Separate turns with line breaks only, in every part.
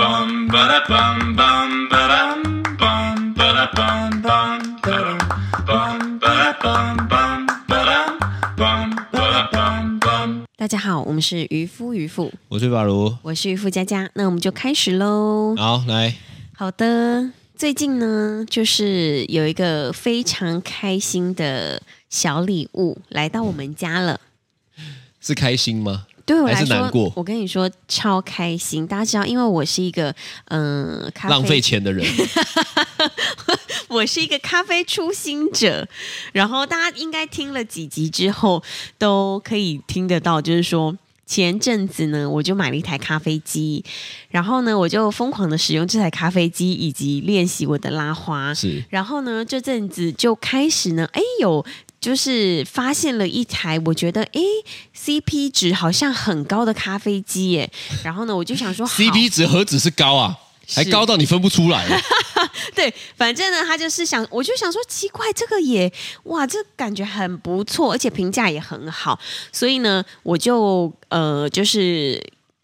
bum ba da bum bum ba dum bum ba da bum bum ba dum bum ba da bum bum ba dum bum ba da bum bum.
大家好，我们是渔夫渔妇，
我是法如。
我是渔夫佳佳，那我们就开始喽。
好，来，
好的，最近呢，就是有一个非常开心的小礼物来到我们家了。
是开心吗？
对我
还
来
是
说，
难过
我跟你说超开心。大家知道，因为我是一个嗯、咖啡
浪费 钱的人，
我是一个咖啡初心者，然后大家应该听了几集之后，都可以听得到，就是说。前阵子呢，我就买了一台咖啡机，然后呢，我就疯狂的使用这台咖啡机，以及练习我的拉花。
是
然后呢，这阵子就开始呢，哎，有就是发现了一台我觉得哎 CP 值好像很高的咖啡机耶。然后呢，我就想说好
CP 值何止是高啊，还高到你分不出来。
对，反正呢，他就是想，我就想说，奇怪，这个也哇，这感觉很不错，而且评价也很好，所以呢，我就呃，就是。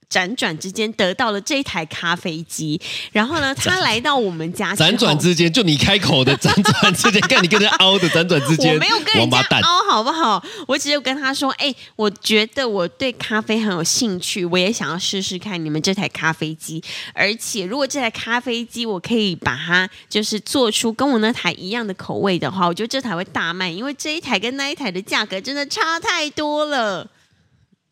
辗转之间得到了这台咖啡机，然 后呢，他来到我们家之后，
辗转之间，就你开 口的辗转之间，看你跟人家凹的辗转之间，
我没有跟人
王
家
八蛋。
凹，好不好？我只有跟他说，哎、我觉得我对咖啡很有兴趣，我也想要试试看你们这台咖啡机。而且，如果这台咖啡机我可以把它就是做出跟我那台一样的口味的话，我觉得这台会大卖，因为这一台跟那一台的价格真的差太多了，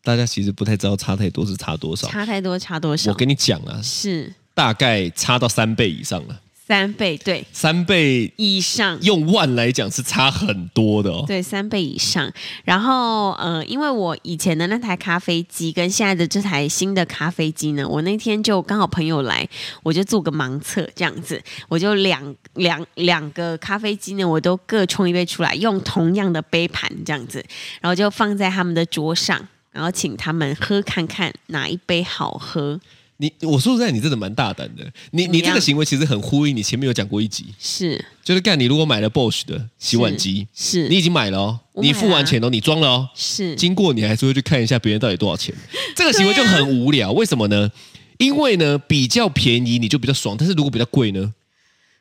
大家其实不太知道差太多是差多少。
差太多，差多
我
少？
跟你讲啊，
是
大概差到三倍以上了。
三倍，对，
三倍
以上。
用万来讲是差很多的哦。
对，三倍以上。然后，呃，因为我以前的那台咖啡机跟现在的这台新的咖啡机呢，我那天就刚好朋友来，我就做个盲测这样子，我就两两两个咖啡机呢，我都各冲一杯出来，用同样的杯盘这样子，然后就放在他们的桌上。然后请他们喝看看哪一杯好喝，
你我说实在，你真的蛮大胆的。你
怎么
你
样
这个行为其实很呼应你前面有讲过一集，
是
就是干你如果买了 Bosch 的洗碗机，
是
你已经买了哦，
我买
你
了啊
付完钱哦，你装了哦，
是
经过你还是会去看一下别人到底多 少钱。这个行为就很无聊，为什么呢？因为呢，比较便宜你就比较爽，但是如果比较贵呢，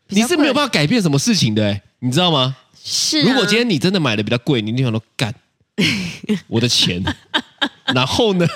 比较
你是没
贵
有办法改变什么事情的、欸，你知道吗？
是、啊
如果今天你真的买的比较贵，你就想说干 我的钱，然后呢，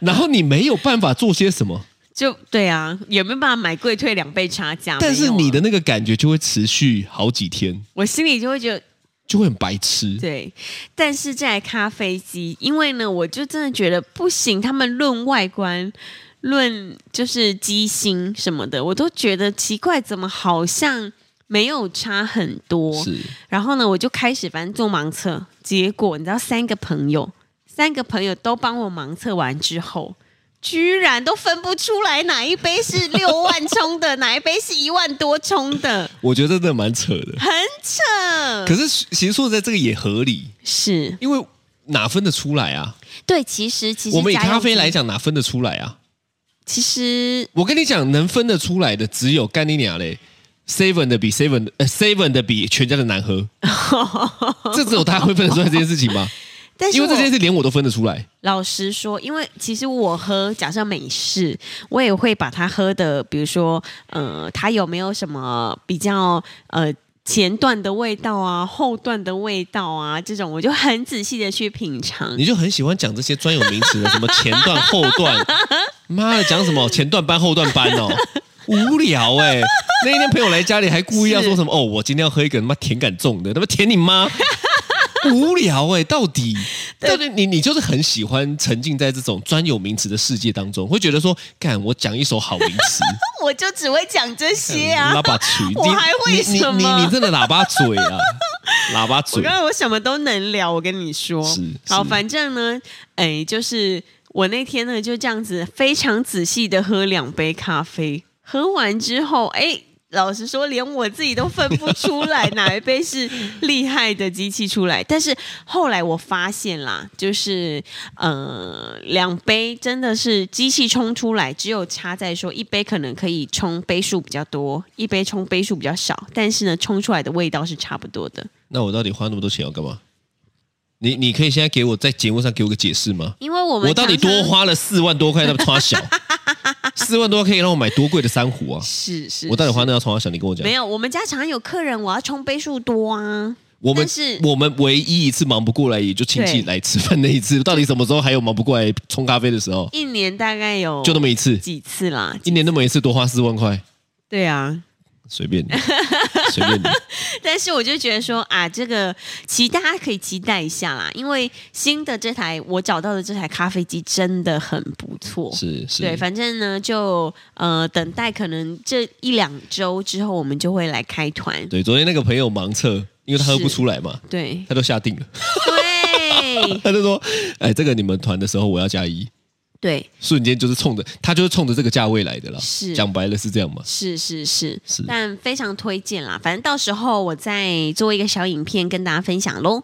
然后你没有办法做些什么，
就对啊，有没有办法买贵退两倍差价？
但
没
是
有啊
你的那个感觉就会持续好几天，
我心里就会觉得
就会很白 痴。
对，但是这台咖啡机，因为呢，我就真的觉得不行，他们论外观。论就是机芯什么的，我都觉得奇怪，怎么好像没有差很多？
是
然后呢，我就开始反正做盲测，结果你知道，三个朋友，三个朋友都帮我盲测完之后，居然都分不出来哪一杯是六万冲的，哪一杯是一万多冲的，
我觉得真的蛮扯的。
很扯。
可是其实说实在，这个也合理，
是
因为哪分得出来啊？
对，其实其实
我们以
家用
咖啡
机
来讲，哪分得出来啊？
其实
我跟你讲，能分得出来的只有干你娘嘞，seven 的比 seven 呃 seven 的比全家的 难喝，这只有他会分得出来这件事情吗？
但是
因为这
我
件事连我都分得出来，
老实说，因为其实我喝假设美式，我也会把它喝的，比如说呃，它有没有什么比较呃。前段的味道啊，后段的味道啊，这种我就很仔细的去品尝。
你就很喜欢讲这些专有名词的，什么前段、后段，妈的讲什么前段班、后段班哦，无聊哎、那一天朋友来家里还故意要说什么哦，我今天要喝一个他妈甜感重的，他妈甜你妈！无聊哎、到底到底你你就是很喜欢沉浸在这种专有名词的世界当中，会觉得说，干我讲一首好名 词，
我就只会讲这些啊
喇，叭嘴，
我还会
你你
什么
你你你真的喇叭嘴啊，喇叭
我
嘴
刚刚我什么都能聊，我跟你说。
是
好，
是
反正呢，哎，就是我那天呢就这样子非常仔细的喝两杯咖啡，喝完之后，哎。老实说，连我自己都分不出 来哪一杯是厉害的机器出来。但是后来我发现啦，就是呃，两杯真的是机器冲出来，只有差在说一杯可能可以冲杯数比较多，一杯冲杯数比较少，但是呢，冲出来的味道是差不多的。
那我到底花那么多钱要干嘛？你你可以现在给我在节目上给我个解释吗？
因为我们
我到底
常常
多花了四万多块，那么花小，四万多可以让我买多贵的珊瑚啊！
是是，
我到底
是
花那要从哪想？你跟我讲
没，有？我们家常有客人，我要冲杯数多啊。
我们
但是
我们唯一一次忙不过来，也就亲戚
对哦
来吃饭那一次。到底什么时候还有忙不过来冲咖啡的时候？
一年大概有
就那么一次，
几次啦？
一年那么一次，多花四万块，
对啊，
随便你，随便你。
但是我就觉得说啊，这个期大家可以期待一下啦，因为新的这台我找到的这台咖啡机真的很不错。
是是，
对，反正呢，就呃等待，可能这一两周之后，我们就会来开团。
对，昨天那个朋友盲测，因为他喝不
是
出来嘛，
对
他都下定了，
对
他就说：“哎，这个你们团的时候我要加一。”
对，
瞬间就是冲着他就是冲着这个价位来的啦。
是
讲白了是这样嘛？
是是是
是
但非常推荐啦。反正到时候我再做一个小影片跟大家分享喽。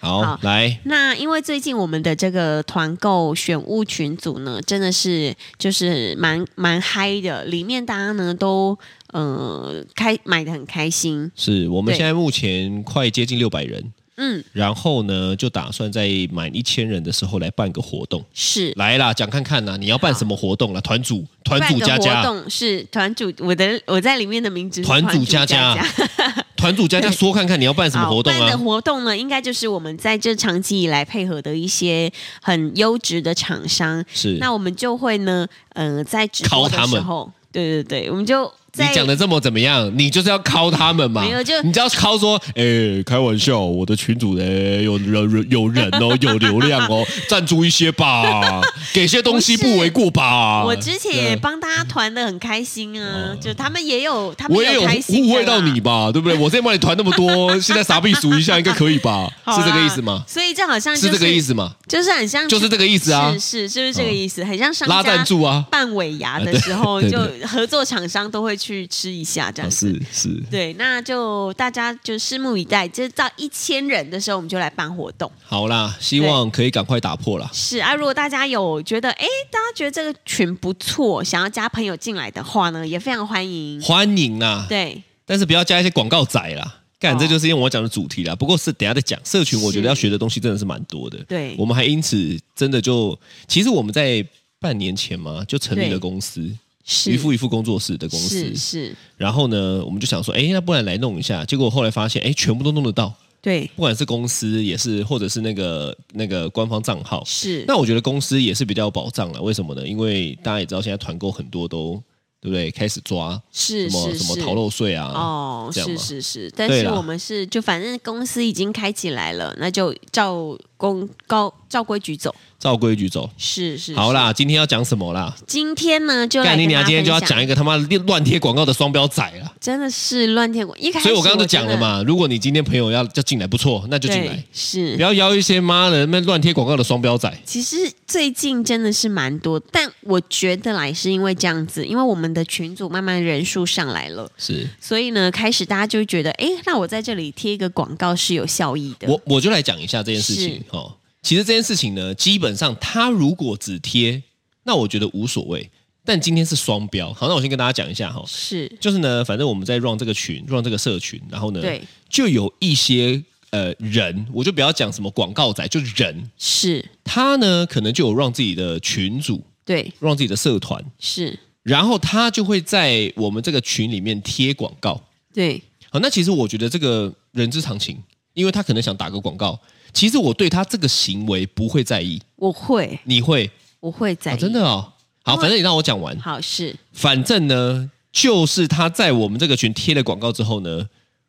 好，
好
来，
那因为最近我们的这个团购选物群组呢，真的是就是蛮蛮嗨的，里面大家呢都呃开买的很开心，
是我们
对
现在目前快接近六百人，
嗯，
然后呢就打算在满一千人的时候来办个活动。
是。
来啦，讲看看啦，你要办什么活动啦？团主、团
办
主
个
佳
活
佳、
动是团主，我的我在里面的名字是
团主
主
佳
佳
佳团主佳佳说看看你要办 什么
好
活动
办的
啊？
活动呢，应该就是我们在这长期以来配合的一些很优质的厂商，
是
那我们就会呢，呃，在直播
敲他
的时
们
候，对对对，我们就
你
在
讲的这么怎么样？你就是要敲他们嘛？
没有就
你只要敲说，哎、开玩笑，我的群主人有人有人哦，有流量哦，赞助一 些吧，给些东西
不是
不为过吧？
我之前也
啊对哦
帮大家团的很开心啊，就他们也有，他们
我也有
开心
误
的
会到
啦
你 吧，对不对？我之前帮你团那么多，现在傻逼数一下应该可以吧？
好
是
啦
这个意思吗？
所以这好像、就是
这个意，思吗？
就是很像，
就是这个意思啊哦
是是是不是这个意思？很像商
拉
家
赞助啊，
办尾牙
啊
的
对
时候，
对
就
对
合作厂商都会去吃一下这样
啊
子。
是是，
对，那就大家就拭目以待，就是到一千人的时候，我们就来办活动。
好啦，希望可以赶快打破啦。
是啊，如果大家有觉得，哎，大家觉得这个群不错，想要加朋友进来的话呢，也非常欢迎。
欢迎啦，
对，
但是不要加一些广告仔啦。干，
哦
这就是因为我要讲的主题啦。不过是等一下再讲，社群我觉得
是
要学的东西真的是蛮多的。
对
我们还因此真的就，其实我们在半年前嘛就成立了
对
公司，
是
渔夫渔夫工作室的公司
是。是，
然后呢，我们就想说，哎，那不然来弄一下。结果后来发现，哎，全部都弄得到，
对，
不管是公司也是，或者是那个那个官方账号。
是
那我觉得公司也是比较有保障了。为什么呢？因为大家也知道，现在团购很多都对不对？开始抓
是
什么
是
什么
是
逃漏税啊，
哦，
这样
是
嘛
是是，但
对
是
啦
我们是就反正公司已经开起来了，那就照公高照规矩走。
照规矩走。
是是，
好
是，
啦，今天要讲什么啦？
今天呢就来
干你
跟大
娘！
家
今天就要
分享
讲一个他妈乱贴广告的双标仔啦。
真的是乱天国，一开始
所以我刚刚就讲了
哎啊真的，
嘛，如果你今天朋友要要进来，不错，那就进来
对，，是
不要邀一些妈的那乱贴广告的双标仔。
其实最近真的是蛮多，但我觉得来是因为这样子，因为我们的群组慢慢人数上来了，
是
所以呢，开始大家就会觉得，哎，那我在这里贴一个广告是有效益的。
我我就来讲一下这件事情
是
哦。其实这件事情呢，基本上他如果只贴，那我觉得无所谓。但今天是双标，好，那我先跟大家讲一下哈、哦，
是
就是呢，反正我们在 run 这个群，run 这个社群，然后呢，
对，
就有一些呃人，我就不要讲什么广告仔，就人，
是，
他呢可能就有让自己的群组，
对，
让自己的社团，
是，
然后他就会在我们这个群里面贴广告。
对，
好，那其实我觉得这个人之常情，因为他可能想打个广告。其实我对他这个行为不会在意，
我会，
你会
我会在
啊、
意、
真的哦。好，反正你让我讲完。
好是
反正呢，就是他在我们这个群贴了广告之后呢，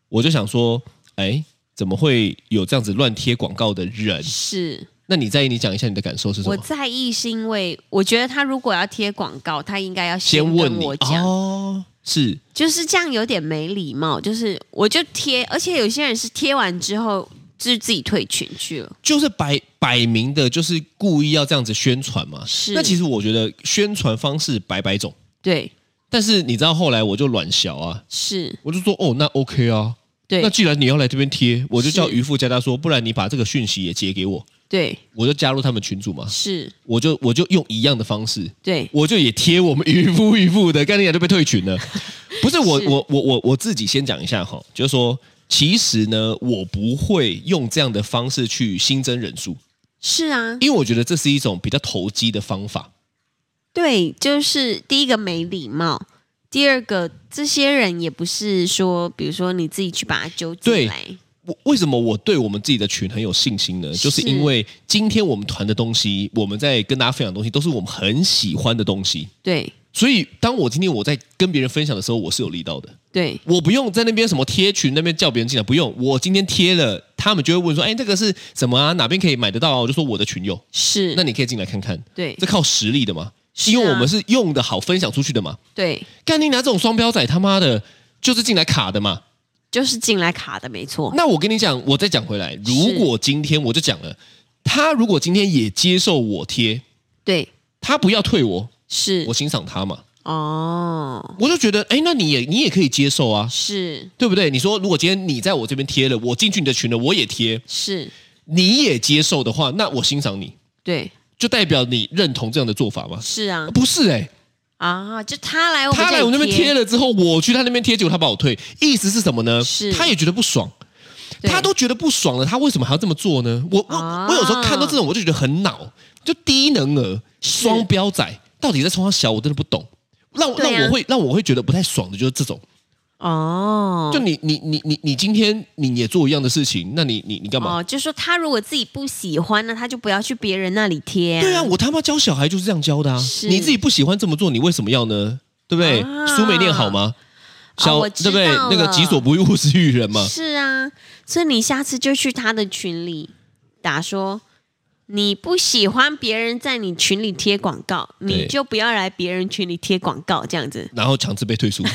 我就想说，哎，怎么会有这样子乱贴广告的人？
是，
那你在意，你讲一下你的感受是什
我
么？
在意是因为我觉得他如果要贴广告，他应该要
先问
跟
你
我讲，
哦，是
就是这样有点没礼貌。就是我就贴，而且有些人是贴完之后就是自己退群去了，
就是摆摆明的，就是故意要这样子宣传嘛。
是
那其实我觉得宣传方式百百种，
对，
但是你知道后来我就卵小啊，
是，
我就说哦，那 OK 啊，那
对，
既然你要来这边贴，我就叫
是
渔夫加他说，不然你把这个讯息也截给我，
对，
我就加入他们群组嘛，
是，
我就我就用一样的方式，
对，
我就也贴我们渔夫渔夫的，概念就被 退群了。不是我
是
我我我我自己先讲一下哈，就是说，其实呢，我不会用这样的方式去新增人数，
是啊，
因为我觉得这是一种比较投机的方法。
对，就是第一个没礼貌，第二个这些人也不是说，比如说你自己去把他揪进
对
来，
我为什么我对我们自己的群很有信心呢？就是
是
因为今天我们团的东西，我们在跟大家分享的东西，都是我们很喜欢的东西。
对
所以，当我今天我在跟别人分享的时候，我是有力道的。
对
我不用在那边什么贴群那边叫别人进来，不用。我今天贴了，他们就会问说：“哎，这个是什么啊？哪边可以买得到啊？”我就说我的群友，
是，
那你可以进来看看。
嗯对
这靠实力的嘛，
是啊
因为我们是用的好分享出去的嘛。
对，
干你拿这种双标仔，他妈的，就是进来卡的嘛。
就是进来卡的没错，
那我跟你讲，我再讲回来，如果今天我就讲了，他如果今天也接受我贴，
对
他不要退我，
是
我欣赏他嘛，
哦，
我就觉得，哎，那你也你也可以接受啊，
是
对不对？你说如果今天你在我这边贴了，我进去你的群了，我也贴，
是，
你也接受的话，那我欣赏你，
对
就代表你认同这样的做法吗？
是啊
不是哎、
啊，就他来我们
他来
这里
我那边贴了之后，我去他那边贴，结果他把我退，意思是什么呢？
是
他也觉得不爽，
对
他都觉得不爽了，他为什么还要这么做呢？我我、
啊
我有时候看到这种，我就觉得很恼，就低能儿、双标仔，到底在冲他小，我真的不懂。让我、
对啊
让我会让我会觉得不太爽的就是这种，
哦，
就你你你你你今天你也做一样的事情，那你你你干嘛？
哦，就说他如果自己不喜欢呢，他就不要去别人那里贴、
对啊，，我他妈教小孩就是这样教的啊！
是
你自己不喜欢这么做，你为什么要呢？对不对？
啊哦
书没念好吗？小、
我知
对不对？
道
那个
了
己所不欲，勿施于人嘛。
是啊，所以你下次就去他的群里打说，你不喜欢别人在你群里贴广告，你就不要来别人群里贴广告，这样子。
然后强制被退出。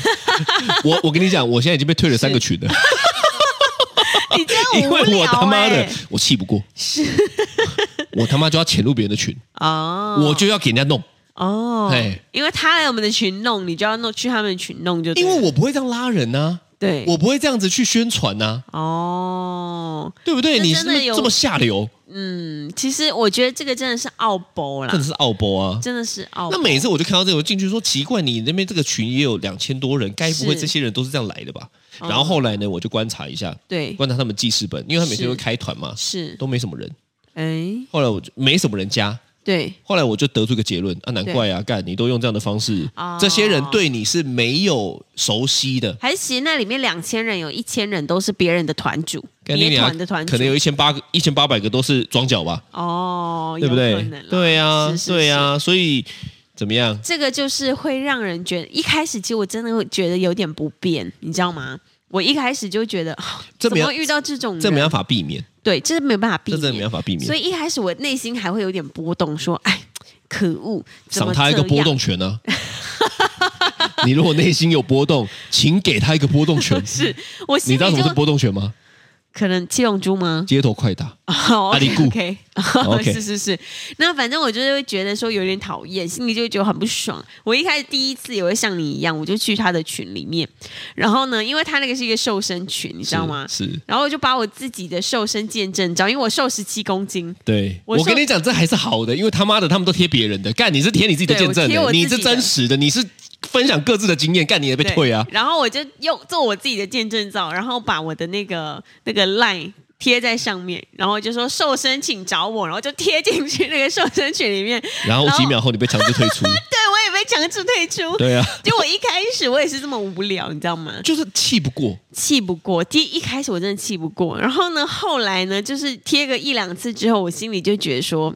我我跟你讲，我现在已经被退了三个群 了，
你这样
因
无聊、欸、
为我他妈的我气不过， 我他妈就要潜入别人的群，
哦，
我就要给人家弄，
哦
哎，
因为他来我们的群弄，你就要弄去他们的群弄就对
因
了，
为我不会这样拉人呐、
对
我不会这样子去宣传呐、
哦，
对不对？
这
你是
真的
不是
有
这么下流，
嗯，其实我觉得这个真的是傲博啦
真，的是奥博啊！
真的是傲。
那每次我就看到这个，我进去说奇怪，你那边这个群也有两千多人，该不会这些人都是这样来的吧？
哦
然后后来呢，我就观察一下，
对
观察他们记事本，因为他每天
是
会开团嘛，
是
都没什么人。
哎
后来我就没什么人加，
对
后来我就得出一个结论啊，难怪啊，干你都用这样的方式
哦，
这些人对你是没有熟悉的，
还是其实那里面两千人有一千人都是别人的团主，
干
别
你
团的团主，
可能有一千八个、一千八百个都是装脚吧，
哦，
对不
有可
对
能啦？
对啊
是是，嗯
对
是
啊，所以怎么样？
这个就是会让人觉得一开始其实我真的会觉得有点不便，你知道吗？我一开始就觉得，哦
这
怎
没
么会遇到这种人？
这没办法避免，
对，这没办法避
这真的没
免
办。法避免
所，以一开始我内心还会有点波动，说：“哎，可恶，怎
赏
么
他一个
这
波
样
动拳啊！你如果内心有波动，请给他一个波动拳。
是我
你
心
知道
里
什
就
么是波动拳吗？
可能七龙珠吗？
街头快打。
好
阿里固
OK，
OK
是是是。那反正我就是会觉得说有点讨厌，心里就会觉得很不爽。我一开始第一次也会像你一样，我就去他的群里面，然后呢，因为他那个是一个瘦身群，你知道吗？
是，是
然后我就把我自己的瘦身见证照，因为我瘦十七公斤，
对。
我
我
说
跟你讲，这还是好的，因为他妈的，他们都贴别人的，干你是贴你自己的
对
见证
我贴我
你
自己
是
的
真实的，你是分享各自的经验，干你也被
对
退啊。
然后我就用做我自己的见证照，然后把我的那个那个 line 贴在上面，然后就说瘦身请找我，然后就贴进去那个瘦身群里面。
然后
然后
几秒后你被强制退 出，
对我也被强制退出。
对啊，
就我一开始我也是这么无聊，你知道吗？
就是气不过，
气不过，第一开始我真的气不过，然后呢，后来呢，就是贴个一两次之后，我心里就觉得说，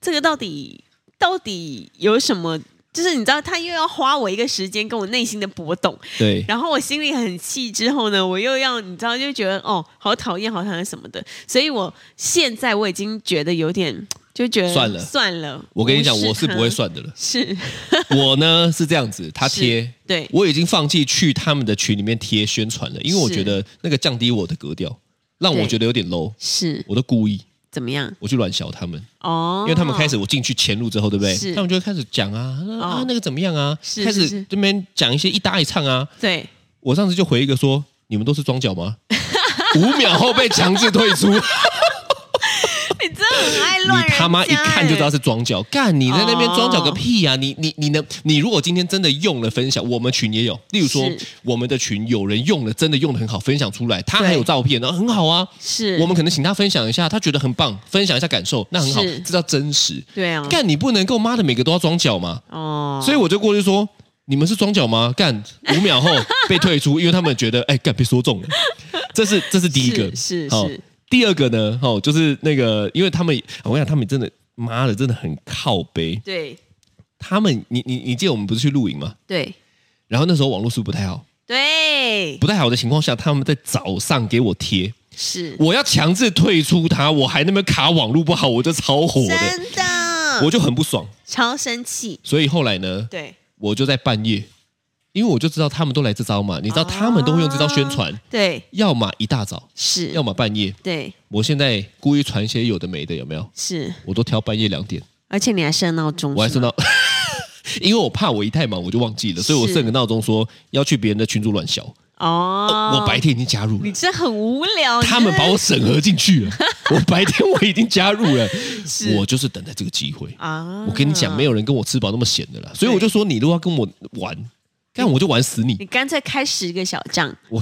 这个到底到底有什么？就是你知道，他又要花我一个时间跟我内心的搏动，
对。
然后我心里很气，之后呢，我又要你知道，就觉得哦，好讨厌，好讨厌什么的，所以我现在我已经觉得有点，就觉得
算了
算了。
我跟你讲，
无视
我是
他
不会，算的了。
是
我呢是这样子，他贴，
对
我已经放弃去他们的群里面贴宣传了，因为我
是
觉得那个降低我的格调，让我
对
觉得有点 low，
是
我都故意
怎么样？
我去软小他们，
哦，
因为他们开始我进去潜入之后，对不对
是？
他们就会开始讲啊他说
哦
啊那个怎么样啊，
是
开
是
始
是
这边讲一些一搭一唱啊。
对，
我上次就回一个说，你 们都是装脚吗？五秒后被强制退出，
你真很爱 乱人
你
家欸哦
他妈一看就知道是装脚，干你在那边装脚个屁呀、你你你能，你如果今天真的用了分享，我们群也有，例如说
是
我们的群有人用了，真的用的很好，分享出来，他还有照片，然后很好啊。
是
我们可能请他分享一下，他觉得很棒，分享一下感受，那很好，
是
这叫真实。
对啊，
干你不能够妈的每个都要装脚嘛，
哦，
所以我就过去说：“你们是装脚吗？”干五秒后被退出，因为他们觉得哎干被说中了，这是这是第一个
是是
好
是
第二个呢，哦，就是那个，因为他们我跟你讲，他们真的妈的真的很靠背。
对
他们，你你你记得我们不是去露营吗？
对
然后那时候网络速不太好，
对，
不太好的情况下，他们在早上给我贴，
是
我要强制退出他，我还那边卡网络不好，我就超火的，
真的，
我就很不爽。
超生气，
所以后来呢，
对，
我就在半夜，因为我就知道他们都来这招嘛，你知道他们都会用这招宣传，
对
要么一大早，
是
要，么半夜。
对
我现在故意传一些有的没的，有没有？
是，
我都挑半夜两点，
而且你还设闹钟，
我还设
吗
闹， 因为我怕我一太忙我就忘记了，所以我
是
设个闹钟说要去别人的群组乱笑。
哦，
我白天已经加入
你
了，
这很无聊，
他们把我审核进去 了，我白天我已经加入了，
是
我就是等待这个机会。
啊，
我跟你讲，没
有，
有人跟我吃饱那么闲的啦，所以我就说你如果要跟我玩，但我就玩死你。
你干脆开十个小账，
我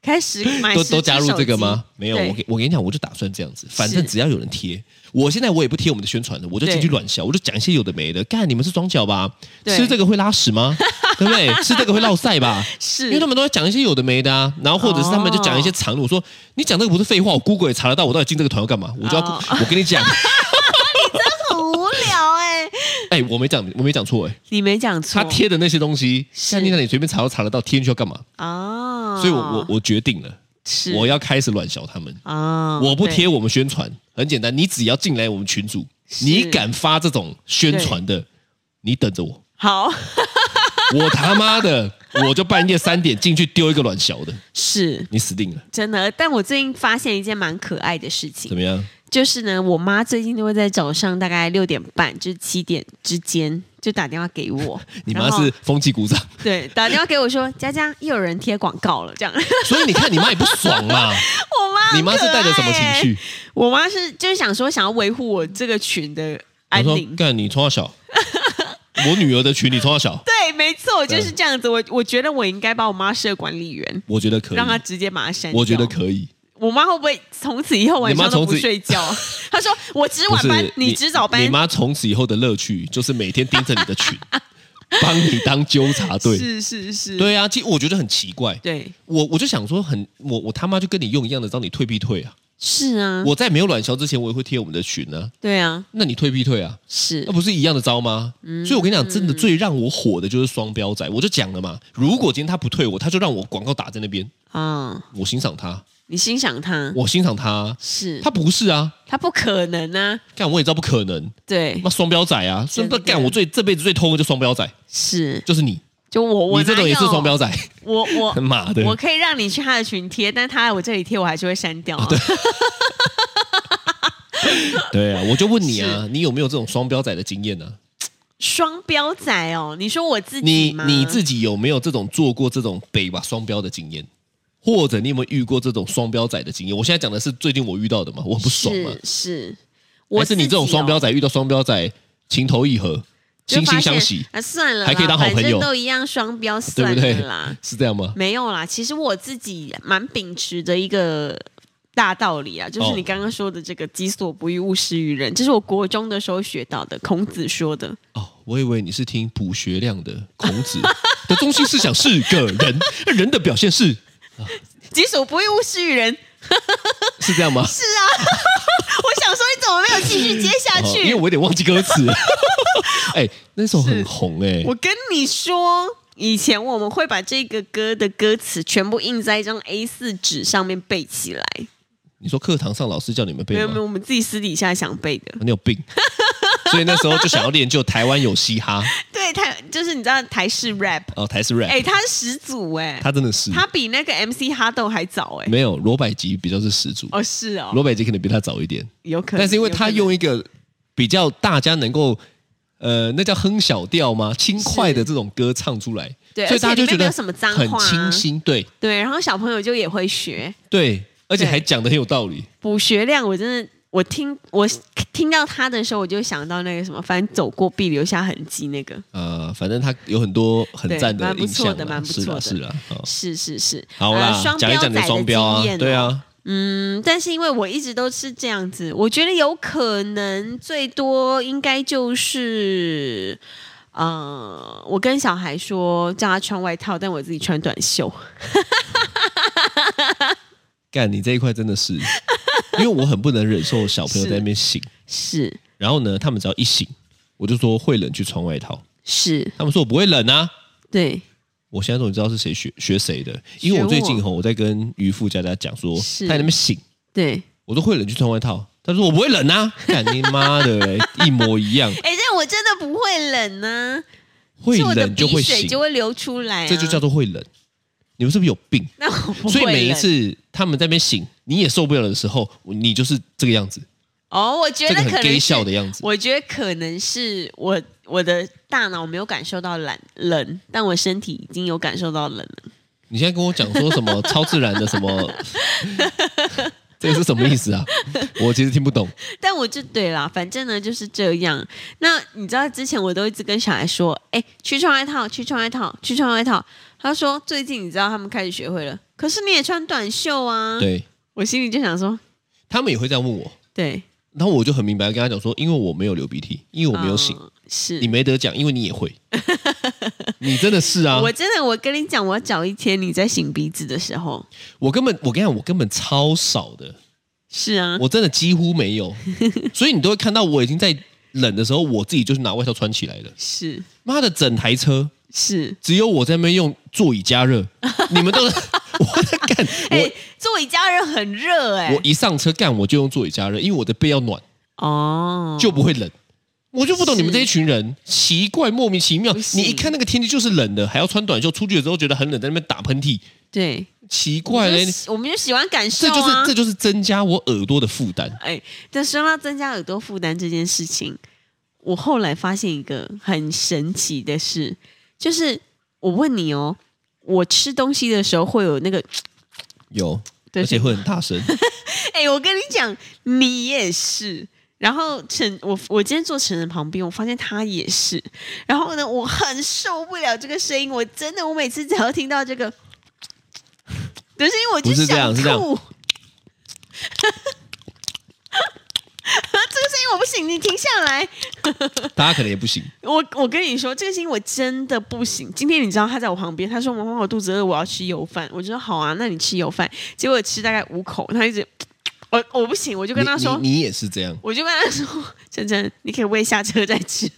开十买
都
十
都
只
加入
手
这个
机
吗？没有，
对
我给我跟你讲，我就打算这样子，反正只要有人贴，我现在我也不贴我们的宣传的，我就进去
对
乱笑，我就讲一些有的没的。干，你们是装脚吧？
对
吃这个会拉 屎吗？对不对？吃这个会落晒吧？
是哦
因为他们都在讲一些有的没的啊，然后或者是他们就讲一些长路，我说你讲这个不是废话，我 Google 也查得到，我到底进这个团要干嘛？我就要
哦
我跟 你讲，
很无聊哎、
哎，我没讲，我没讲错，哎，
你没讲错，
他贴的那些东西，
是
像你那里随便查都查得到，贴进去要干嘛？
哦，
所以我我我决定了，
是
我要开始乱笑他们。
啊，
我不
对
贴我们宣传，很简单，你只要进来我们群组，你敢发这种宣传的，你等着我，
好
我他妈的，我就半夜三点进去丢一个卵小的，
是
你死定了，
真的。但我最近发现一件蛮可爱的事
怎
情，
么样？，
就是呢，我妈最近都会在早上大概六点半至七点之间就打电话给我
你妈
然后
是风纪鼓掌，
对打电话给我说，佳佳又有人贴广告了，这样。 我
所以你看你妈也不爽 嘛，
妈、
你妈是带着什么情？绪？
我妈是就是想说想要维护我这个群的
我
安
说
宁，
干你从小 小，我女儿的群你从小小，
对，没错，就是
嗯
这样子。我我觉得我应该把我妈设管理员，
我觉得可以
让，她直接把她删掉。
我觉得可以。
我妈会不会从此以后晚上都不睡觉？ 她说我值
不
晚
是
班，你值早班
你。妈从此以后的乐趣就是每天盯着你 的群，帮你当纠察队。
是是是，
对啊，其实我觉得很奇怪，
对
我我就想说很，我我他妈就跟你用一样的招，你退必退啊！
是啊，
我在没有卵巢之前，我也会贴我们的群啊，
对啊
那你退必退啊？
是嗯
那不是一样的招吗？所以我跟你讲，真的最让我火的就是双标仔，我就讲了嘛，如果今天他不退我，他就让我广告打在那边，
啊，
我欣赏他，
你欣赏他
我欣赏他啊，
是
他不是啊，
他不可能啊，
干我也知道不可能，
对
妈双标仔啊，
真
真
的
的干我最这辈子最痛的就双标仔，
是
就是你，
就我我
你这种也是
哪有
双，标仔，
我我
妈的，
我可以让你去他的群贴，但他来我这里贴，我还是会删掉
哦
啊。
对啊，我就问你啊，你有没有这种双标仔的经验呢、啊？
双标仔哦，你说我自己
你
吗？
你自己有没有这种做过这种北吧双标的经验？或者你有没有遇过这种双标仔的经验？我现在讲的是最近我遇到的嘛，我很不爽嘛。
是是，
还
我
是你这种
自己哦
双标仔遇到双标仔情投意合，
就
惺
发
惺
现
相惜，
啊，算了啦，
还可以当好朋友
反正都一样双标，
对
算了
不对
啦，？
是这样吗？
没有啦。其实我自己蛮秉持的一个大道理啊，就是
哦
你刚刚说的这个“己所不欲，勿施于人”，这是我国中的时候学到的，孔子说的。
哦，我以为你是听卜学亮的孔 子的中心思想是个人，那人的表现是
己所不欲，勿施于人。
是这样吗？
是啊，我想说你怎么没有继续接下
哦
去？
因为我有点忘记歌 词了。哎、那首
是
很红哎、
我跟你说，以前我们会把这个歌的歌词全部印在一张 A 四纸上面背起来，
你说课堂上老师叫你们
没
背
有没有，
吗？
我们自己私底下想背的。
你有病！ 所以那时候就想要练就台湾有嘻哈，
对，台就是你知道台式 rap，
哦，台式 rap，、
哎、他是始祖哎、
他真的是
他比那个 MC 哈豆还早哎、
没有罗百吉比较是始祖，
哦是哦，
罗百吉可能比他早一点，
有可能，
但是因为他用
一
一个比较大家能够。呃，那叫哼小调吗？轻快的这种歌唱出来，
对
所以大家就
而且
觉
里面没
得
有什么脏话
很
啊
清新，对
对，然后小朋友就也会学
对，而且
对
还讲的很有道理。
补学量，我真的。我听我听到他的时候，我就想到那个什么，反正走过必留下痕迹那个。
呃，反正他有很多很
对
赞
蛮不
印
错
象啦
的蛮不
是啦
错的
是啦，哦
是是是，
好
呃
啦，
双
讲一
标仔
讲你的双标啊
经验，
对
哦
啊，
嗯，但是因为我一直都是这样子，我觉得有可能最多应该就是，呃，我跟小孩说叫他穿外套，但我自己穿短袖。
干你这一块真的是，因为我很不能忍受小朋友
是
在那边醒，
是
然后呢，他们只要一醒，我就说会冷去穿外套，
是，
他们说我不会冷啊。
对，
我现在终于知道是谁学学谁的，因为
学
我
我
最近吼我在跟渔夫佳佳讲说，
是
他在那边醒，
对。
我说会冷去穿外套，他说我不会冷啊，干你妈的、一模一样，
哎、但我真的不会冷啊呢、
会
是我的
冷就
鼻
会
水
醒，
就会流出来、啊，
这就叫做会冷。你们是不是有病？
那我不会
所以每一
冷
次他们在那边醒，你也受不了的时候，你就是这个样子，
哦，我觉
这
得
个
可能
很 gay
是
笑的样子。
我觉得可能是我我的大脑没有感受到冷冷，但我身体已经有感受到冷了。
你现在跟我讲说什么 超自然的什么， 这个是什么意思 啊？我其实听不懂。
但我就对啦，反正呢就是这样。那你知道之前我都一直跟小孩说，哎、去穿外套，去穿外套，去穿外套。他说最近你知道他们开始学会了，可是你也穿短袖啊。
对
我心里就想说，
他们也会这样问我，
对，
然后我就很明白地跟他讲说，因为我没有流鼻涕，因为我没有醒，
嗯是
你没得讲，因为你 也会，你真的是啊。
我
我
真的，我跟你讲，我找一天你在擤鼻子的时候，
根本我跟你讲，我根本超少的，
是啊，
我真的几乎 没有，所以你都会看到我已经在冷的时候，我自己就是拿外套穿起来了。
是
妈的，整台车
是，
只有我在那边用座椅加热，你们都在 我在干 我。
哎、座椅加热很热哎、
我一上车干我就用座椅加热，因为我的背要暖，
哦，
就不会冷。我就不懂
是
你们这一群人，奇怪，莫名其妙
不。是
你一看那个天气就是冷的，还要穿短袖，出去的时候觉得很冷，在那边打喷嚏，
对，
奇怪嘞
我就。喜我们就喜欢感受
这就是
啊。
这就是增加我耳朵的负担。
哎，但说到增加耳朵负担这件事情，我后来发现一个很神奇的事，就是我问你哦，我吃东西的时候会有那个，
有，
对
而且会很大 声。
哎，我跟你讲，你也是。然后陈，我我今天坐陈的旁边，我发现他也是。然后呢，我很受不了这个声音，我真的，我每次只要听到这个，可是因为我就
不是这
想
样
吐。
是这样
这个声音我不行，你停下来。
大家可能也不行。
我我跟你说，这个声音我真的不行。今天你知道他在我旁边，他说：“妈妈，我肚子饿，我要吃油饭。”我就说：“好啊，那你吃油饭。”结果吃大概五口，他一直我我不行，我就跟他说：“
你你你也是这样，
我就跟他说：“晨晨，你可以喂下车再吃。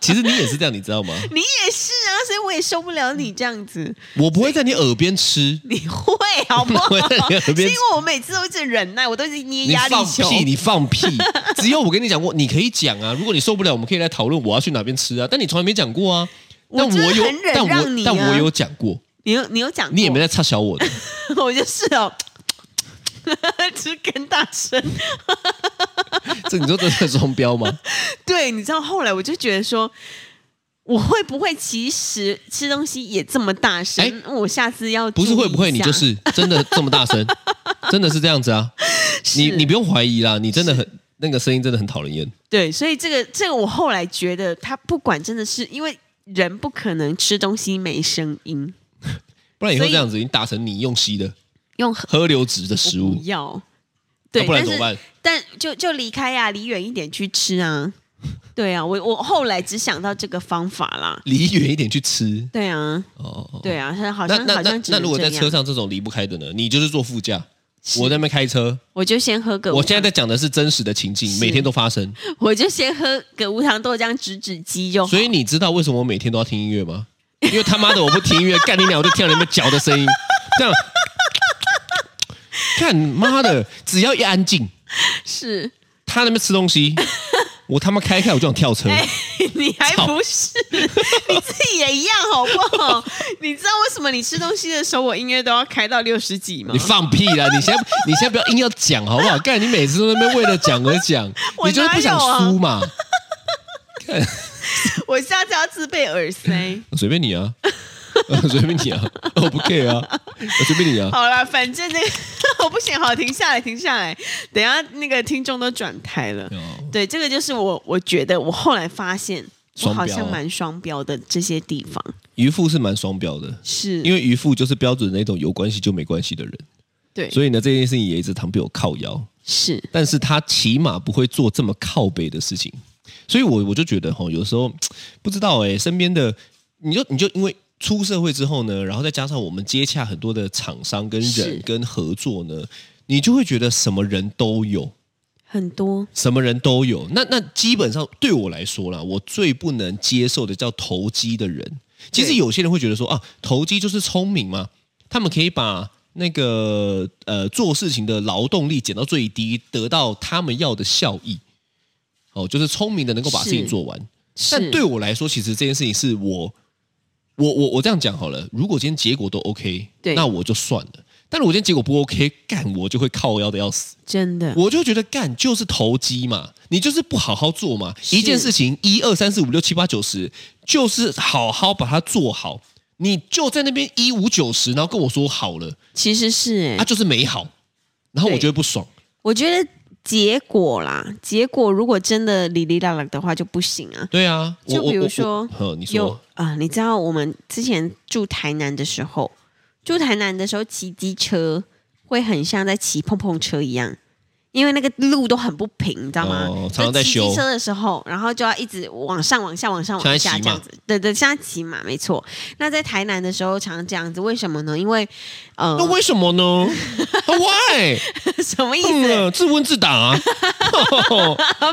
其实你也是这样，你知道吗？
你也是啊，所以我也受不了你这样子。
我不会在你耳边吃，
你会好不好？
我在你耳
是因
边
为我每次都一直忍耐，我都一直捏
你
压力
放
球。
屁，你放屁！ 只有我跟你讲过，你可以讲啊。如果你受不了，我们可以来讨论我要去哪边吃啊。但你从来没讲过啊。但
我就是
有
很，忍
但
让
我、
你啊
但我有讲过，
你有你有讲过，
你也没在插小我 的。
我就是哦， 吃更大声。
这你说这是双标吗？
对，你知道后来我就觉得说。”我会不会其实吃东西也这么大声？
哎
我下次要
不是
注意
会不会
一
你
下
就是真的这么 大声？真的是这样子啊？你你不用怀疑啦，你真的很那个声音真的很讨人厌。
对，所以这个这个我后来觉得，他不管真的是因为人不可能吃东西没声音，
不然以后
所以
这样子，你打成你用吸的
用喝
喝流质的食
我
物
不，要，
那
对，
不然
但
怎
是
么办？
但就就离开呀、离远一点去吃啊。对啊，我我后来只想到这个方法啦。
离远一点去吃
对啊，
哦。哦
对啊，他好
那
像
那
好
那
像只
那
能
如果
这
在
样
车，上这种离不开的呢？你就是坐副驾，我在那边开车，
我就先喝个无糖，
我现在在讲的是真实的情境，
是
每天都发生。
我就先喝个无糖豆浆止止饥就好。
所以你知道为什么我每天都要听音乐吗？因为他妈的我不听音乐，干你娘！我就听到你们脚的声音，这样。看妈的，只要一安静，
是
他那边吃东西，我他妈开开我就想跳车。
哎你还
操
不是你自己也一样好不好？ 你知道为什么你吃东西的时候我音乐都要开到六十几吗
你？放屁啦！你现在你现在不要硬要讲好不好？干你每次都在那边为了讲而讲，
我
你就是不想
哪有啊
输嘛。
我下次要自备耳塞。
随便你 啊，随便你啊，我不 care 啊，随便你啊。
好啦，反正那个 我不行，好，停下来，停下来，等一下那个听众都转台了。
哦
对，这个就是我我觉得我后来发现，我
双标
好像
啊
蛮双标的这些地方
渔夫是蛮双标的，
是，
因
为
为渔夫就是标准那种有关系就没关系的人，
对
所以呢，这件事情也一直常被我靠腰。
是
但是他起码不会做这么靠背的事情，所以我我就觉得哈，有时候不知道哎、身边的你就你就因为出社会之后呢，然后再加上我们接洽很多的厂商跟
是
人跟合作呢，你就会觉得什么人都有，
很多
什么人都有。那那基本上对我来说啦，我最不能接受的叫投机的人。其实
对
有些人会觉得说啊，投机就是聪明嘛，他们可以把那个呃做事情的劳动力减到最低，得到他们要的效益。哦，就是聪明的能够把
是
事情做完。
是
但对我来说，其实这件事情是我，我我我这样讲好了。如果今天结果都 OK，
对
那我就算了。但如果今天结果不 OK，干我就会靠腰的要死。
真的
我就觉得干就是投机嘛，你就是不好好做嘛。一件事情一二三四五六七八九十，就是好好把它做好。你就在那边一五九十，然后跟我说好了，
其实是哎、
啊，就是没好，然后我
对
就会不爽。
我觉得结果啦，结果如果真的哩哩啦啦的话就不行啊。
对啊，我
就比如
我我
说
我呵你
有
说
啊、你知道我们之前住台南的时候，住台南的时候骑机车会很像在骑碰碰车一样，因为那个路都很不平，你知道吗？
哦
就
常常在
骑
修
机车的时候，然后就要一直往上、往下、往上、往下
像在骑
这样
马
子。对对，像在骑马没错。那在台南的时候常这样子，为什么呢？因为呃
那，为什么呢啊？Why？
什么意
嗯
思？
啊，自问自答 啊，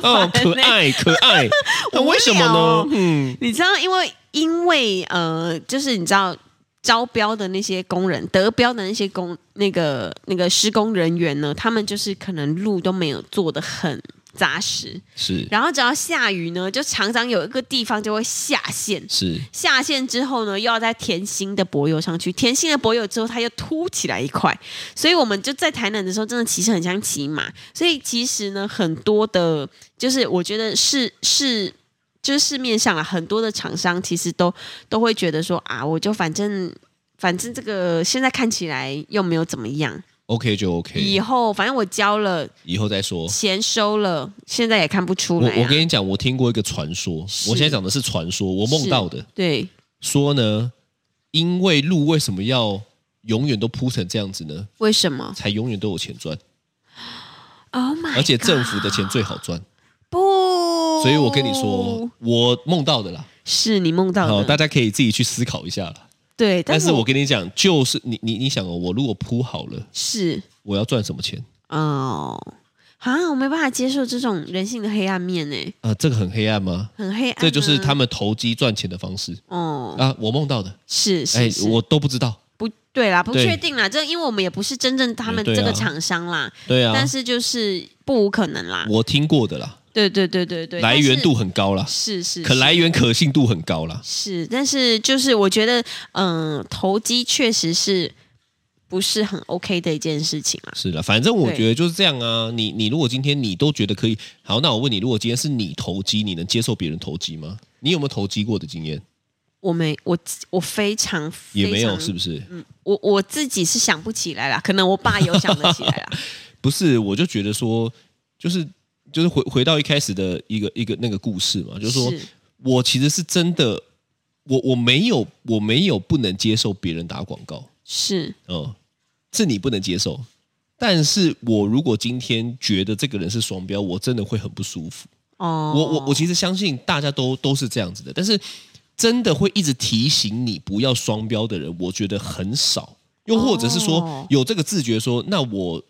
哦，可爱可爱，那为什么
欸无聊
呢？嗯，
你知道，因为因为呃，就是你知道招标的那些工人，得标的那些工那个那个施工人员呢，他们就是可能路都没有做的很扎实，
是
然后只要下雨呢，就常常有一个地方就会下陷。
是，
下线之后呢，又要再填新的柏油上去，填新的柏油之后，它又凸起来一块，所以我们就在台南的时候，真的骑车很像骑马。所以其实呢，很多的，就是我觉得是是。就是市面上啊，很多的厂商其实都都会觉得说啊，我就反正反正这个现在看起来又没有怎么样，
OK 就 OK，
以后反正我交了
以后再说。
钱收了，现在也看不出来、啊
我我跟你讲，我听过一个传说，
是
我现在讲的是传说，我梦到的
对
说呢，因为路为什么要永远都铺成这样子呢？
为什么
才永远都有钱赚，
？Oh my！
而且政府
God
的钱最好赚。
不，
所以我跟你说，我梦到的啦，
是你梦到
好、
Oh 的，
大家可以自己去思考一下啦。
对，
但
是
是我跟你讲，就是你你你想哦，我如果铺好了，
是
我要赚什么钱
哦，啊，我没办法接受这种人性的黑暗面呢，
啊、这个很黑暗吗？
很黑暗啊、
这就是他们投机赚钱的方式
哦，
啊！我梦到的，
是是,、
哎
是，
我都不知道。
不对啦，不
对
确定啦，这因为我们也不是真正他们
哎对啊
这个厂商啦，
对啊，
但是就是不无可能啦，
我听过的啦，
对对对对对，
来
但是
源度很高啦。
是是
可
是
来源可信度很高啦。
是，但是就是我觉得，嗯，投机确实是不是很 OK 的一件事情啊，
是啦，反正我
对
觉得就是这样啊。你你如果今天你都觉得可以，好，那我问你，如果今天是你投机，你能接受别人投机吗？你有没有投机过的经验？
我没我我非常
也没
非
有，
常嗯
是不是？
我我自己是想不起来啦，可能我爸有想得起 来啦。
不是，我就觉得说，就是就是回回到一开始的一个一个那个故事嘛，就是说我其实是真的，我我没有我没有不能接受别人打广告，
是
嗯，是你不能接受。但是我如果今天觉得这个人是双标，我真的会很不舒服。
哦，
我我我其实相信大家都都是这样子的，但是真的会一直提醒你不要双标的人，我觉得很少。又或者是说、
哦
有这个自觉说，那我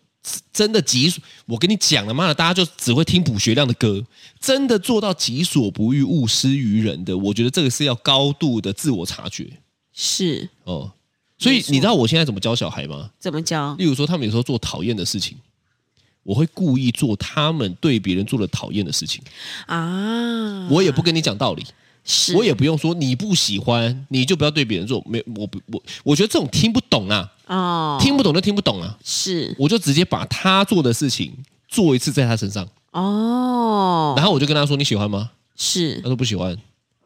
真的己所，我跟你讲了，妈的，大家就只会听卜学亮的歌，真的做到己所不欲，勿施于人的，我觉得这个是要高度的自我察觉
是
哦。所以
没错
你知道我现在怎么教小孩吗？
怎么教？
例如说，他们有时候做讨厌的事情，我会故意做他们对别人做的讨厌的事情，
啊，
我也不跟你讲道理。
是，
我也不用说你不喜欢，你就不要对别人做。没，我不，我我觉得这种听不懂啊，
哦，
听不懂就听不懂啊，
是
我就直接把他做的事情做一次在他身上，
哦，
然后我就跟他说你喜欢吗？
是
他说不喜欢，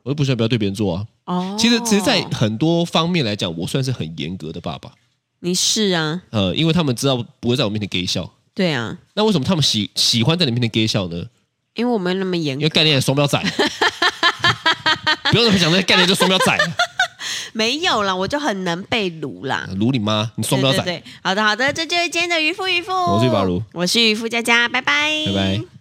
我就不喜欢，不要对别人做啊。
哦。
其实，其实，在很多方面来讲，我算是很严格的爸爸。
你是啊，
呃，因为他们知道不会在我面前 gay 笑。
对啊，
那为什么他们喜喜欢在你面前 gay 笑
嗯
呢？
因为我没有那么严
因
格
为，概念的双 标仔，不要那么想，那概念就双标仔，
没有啦，我就很能被撸啦。
如你妈，你双标仔。
对对对，好的好的，这就是今天的渔夫渔夫，
我是渔夫
我是渔夫佳佳，拜拜，
拜拜。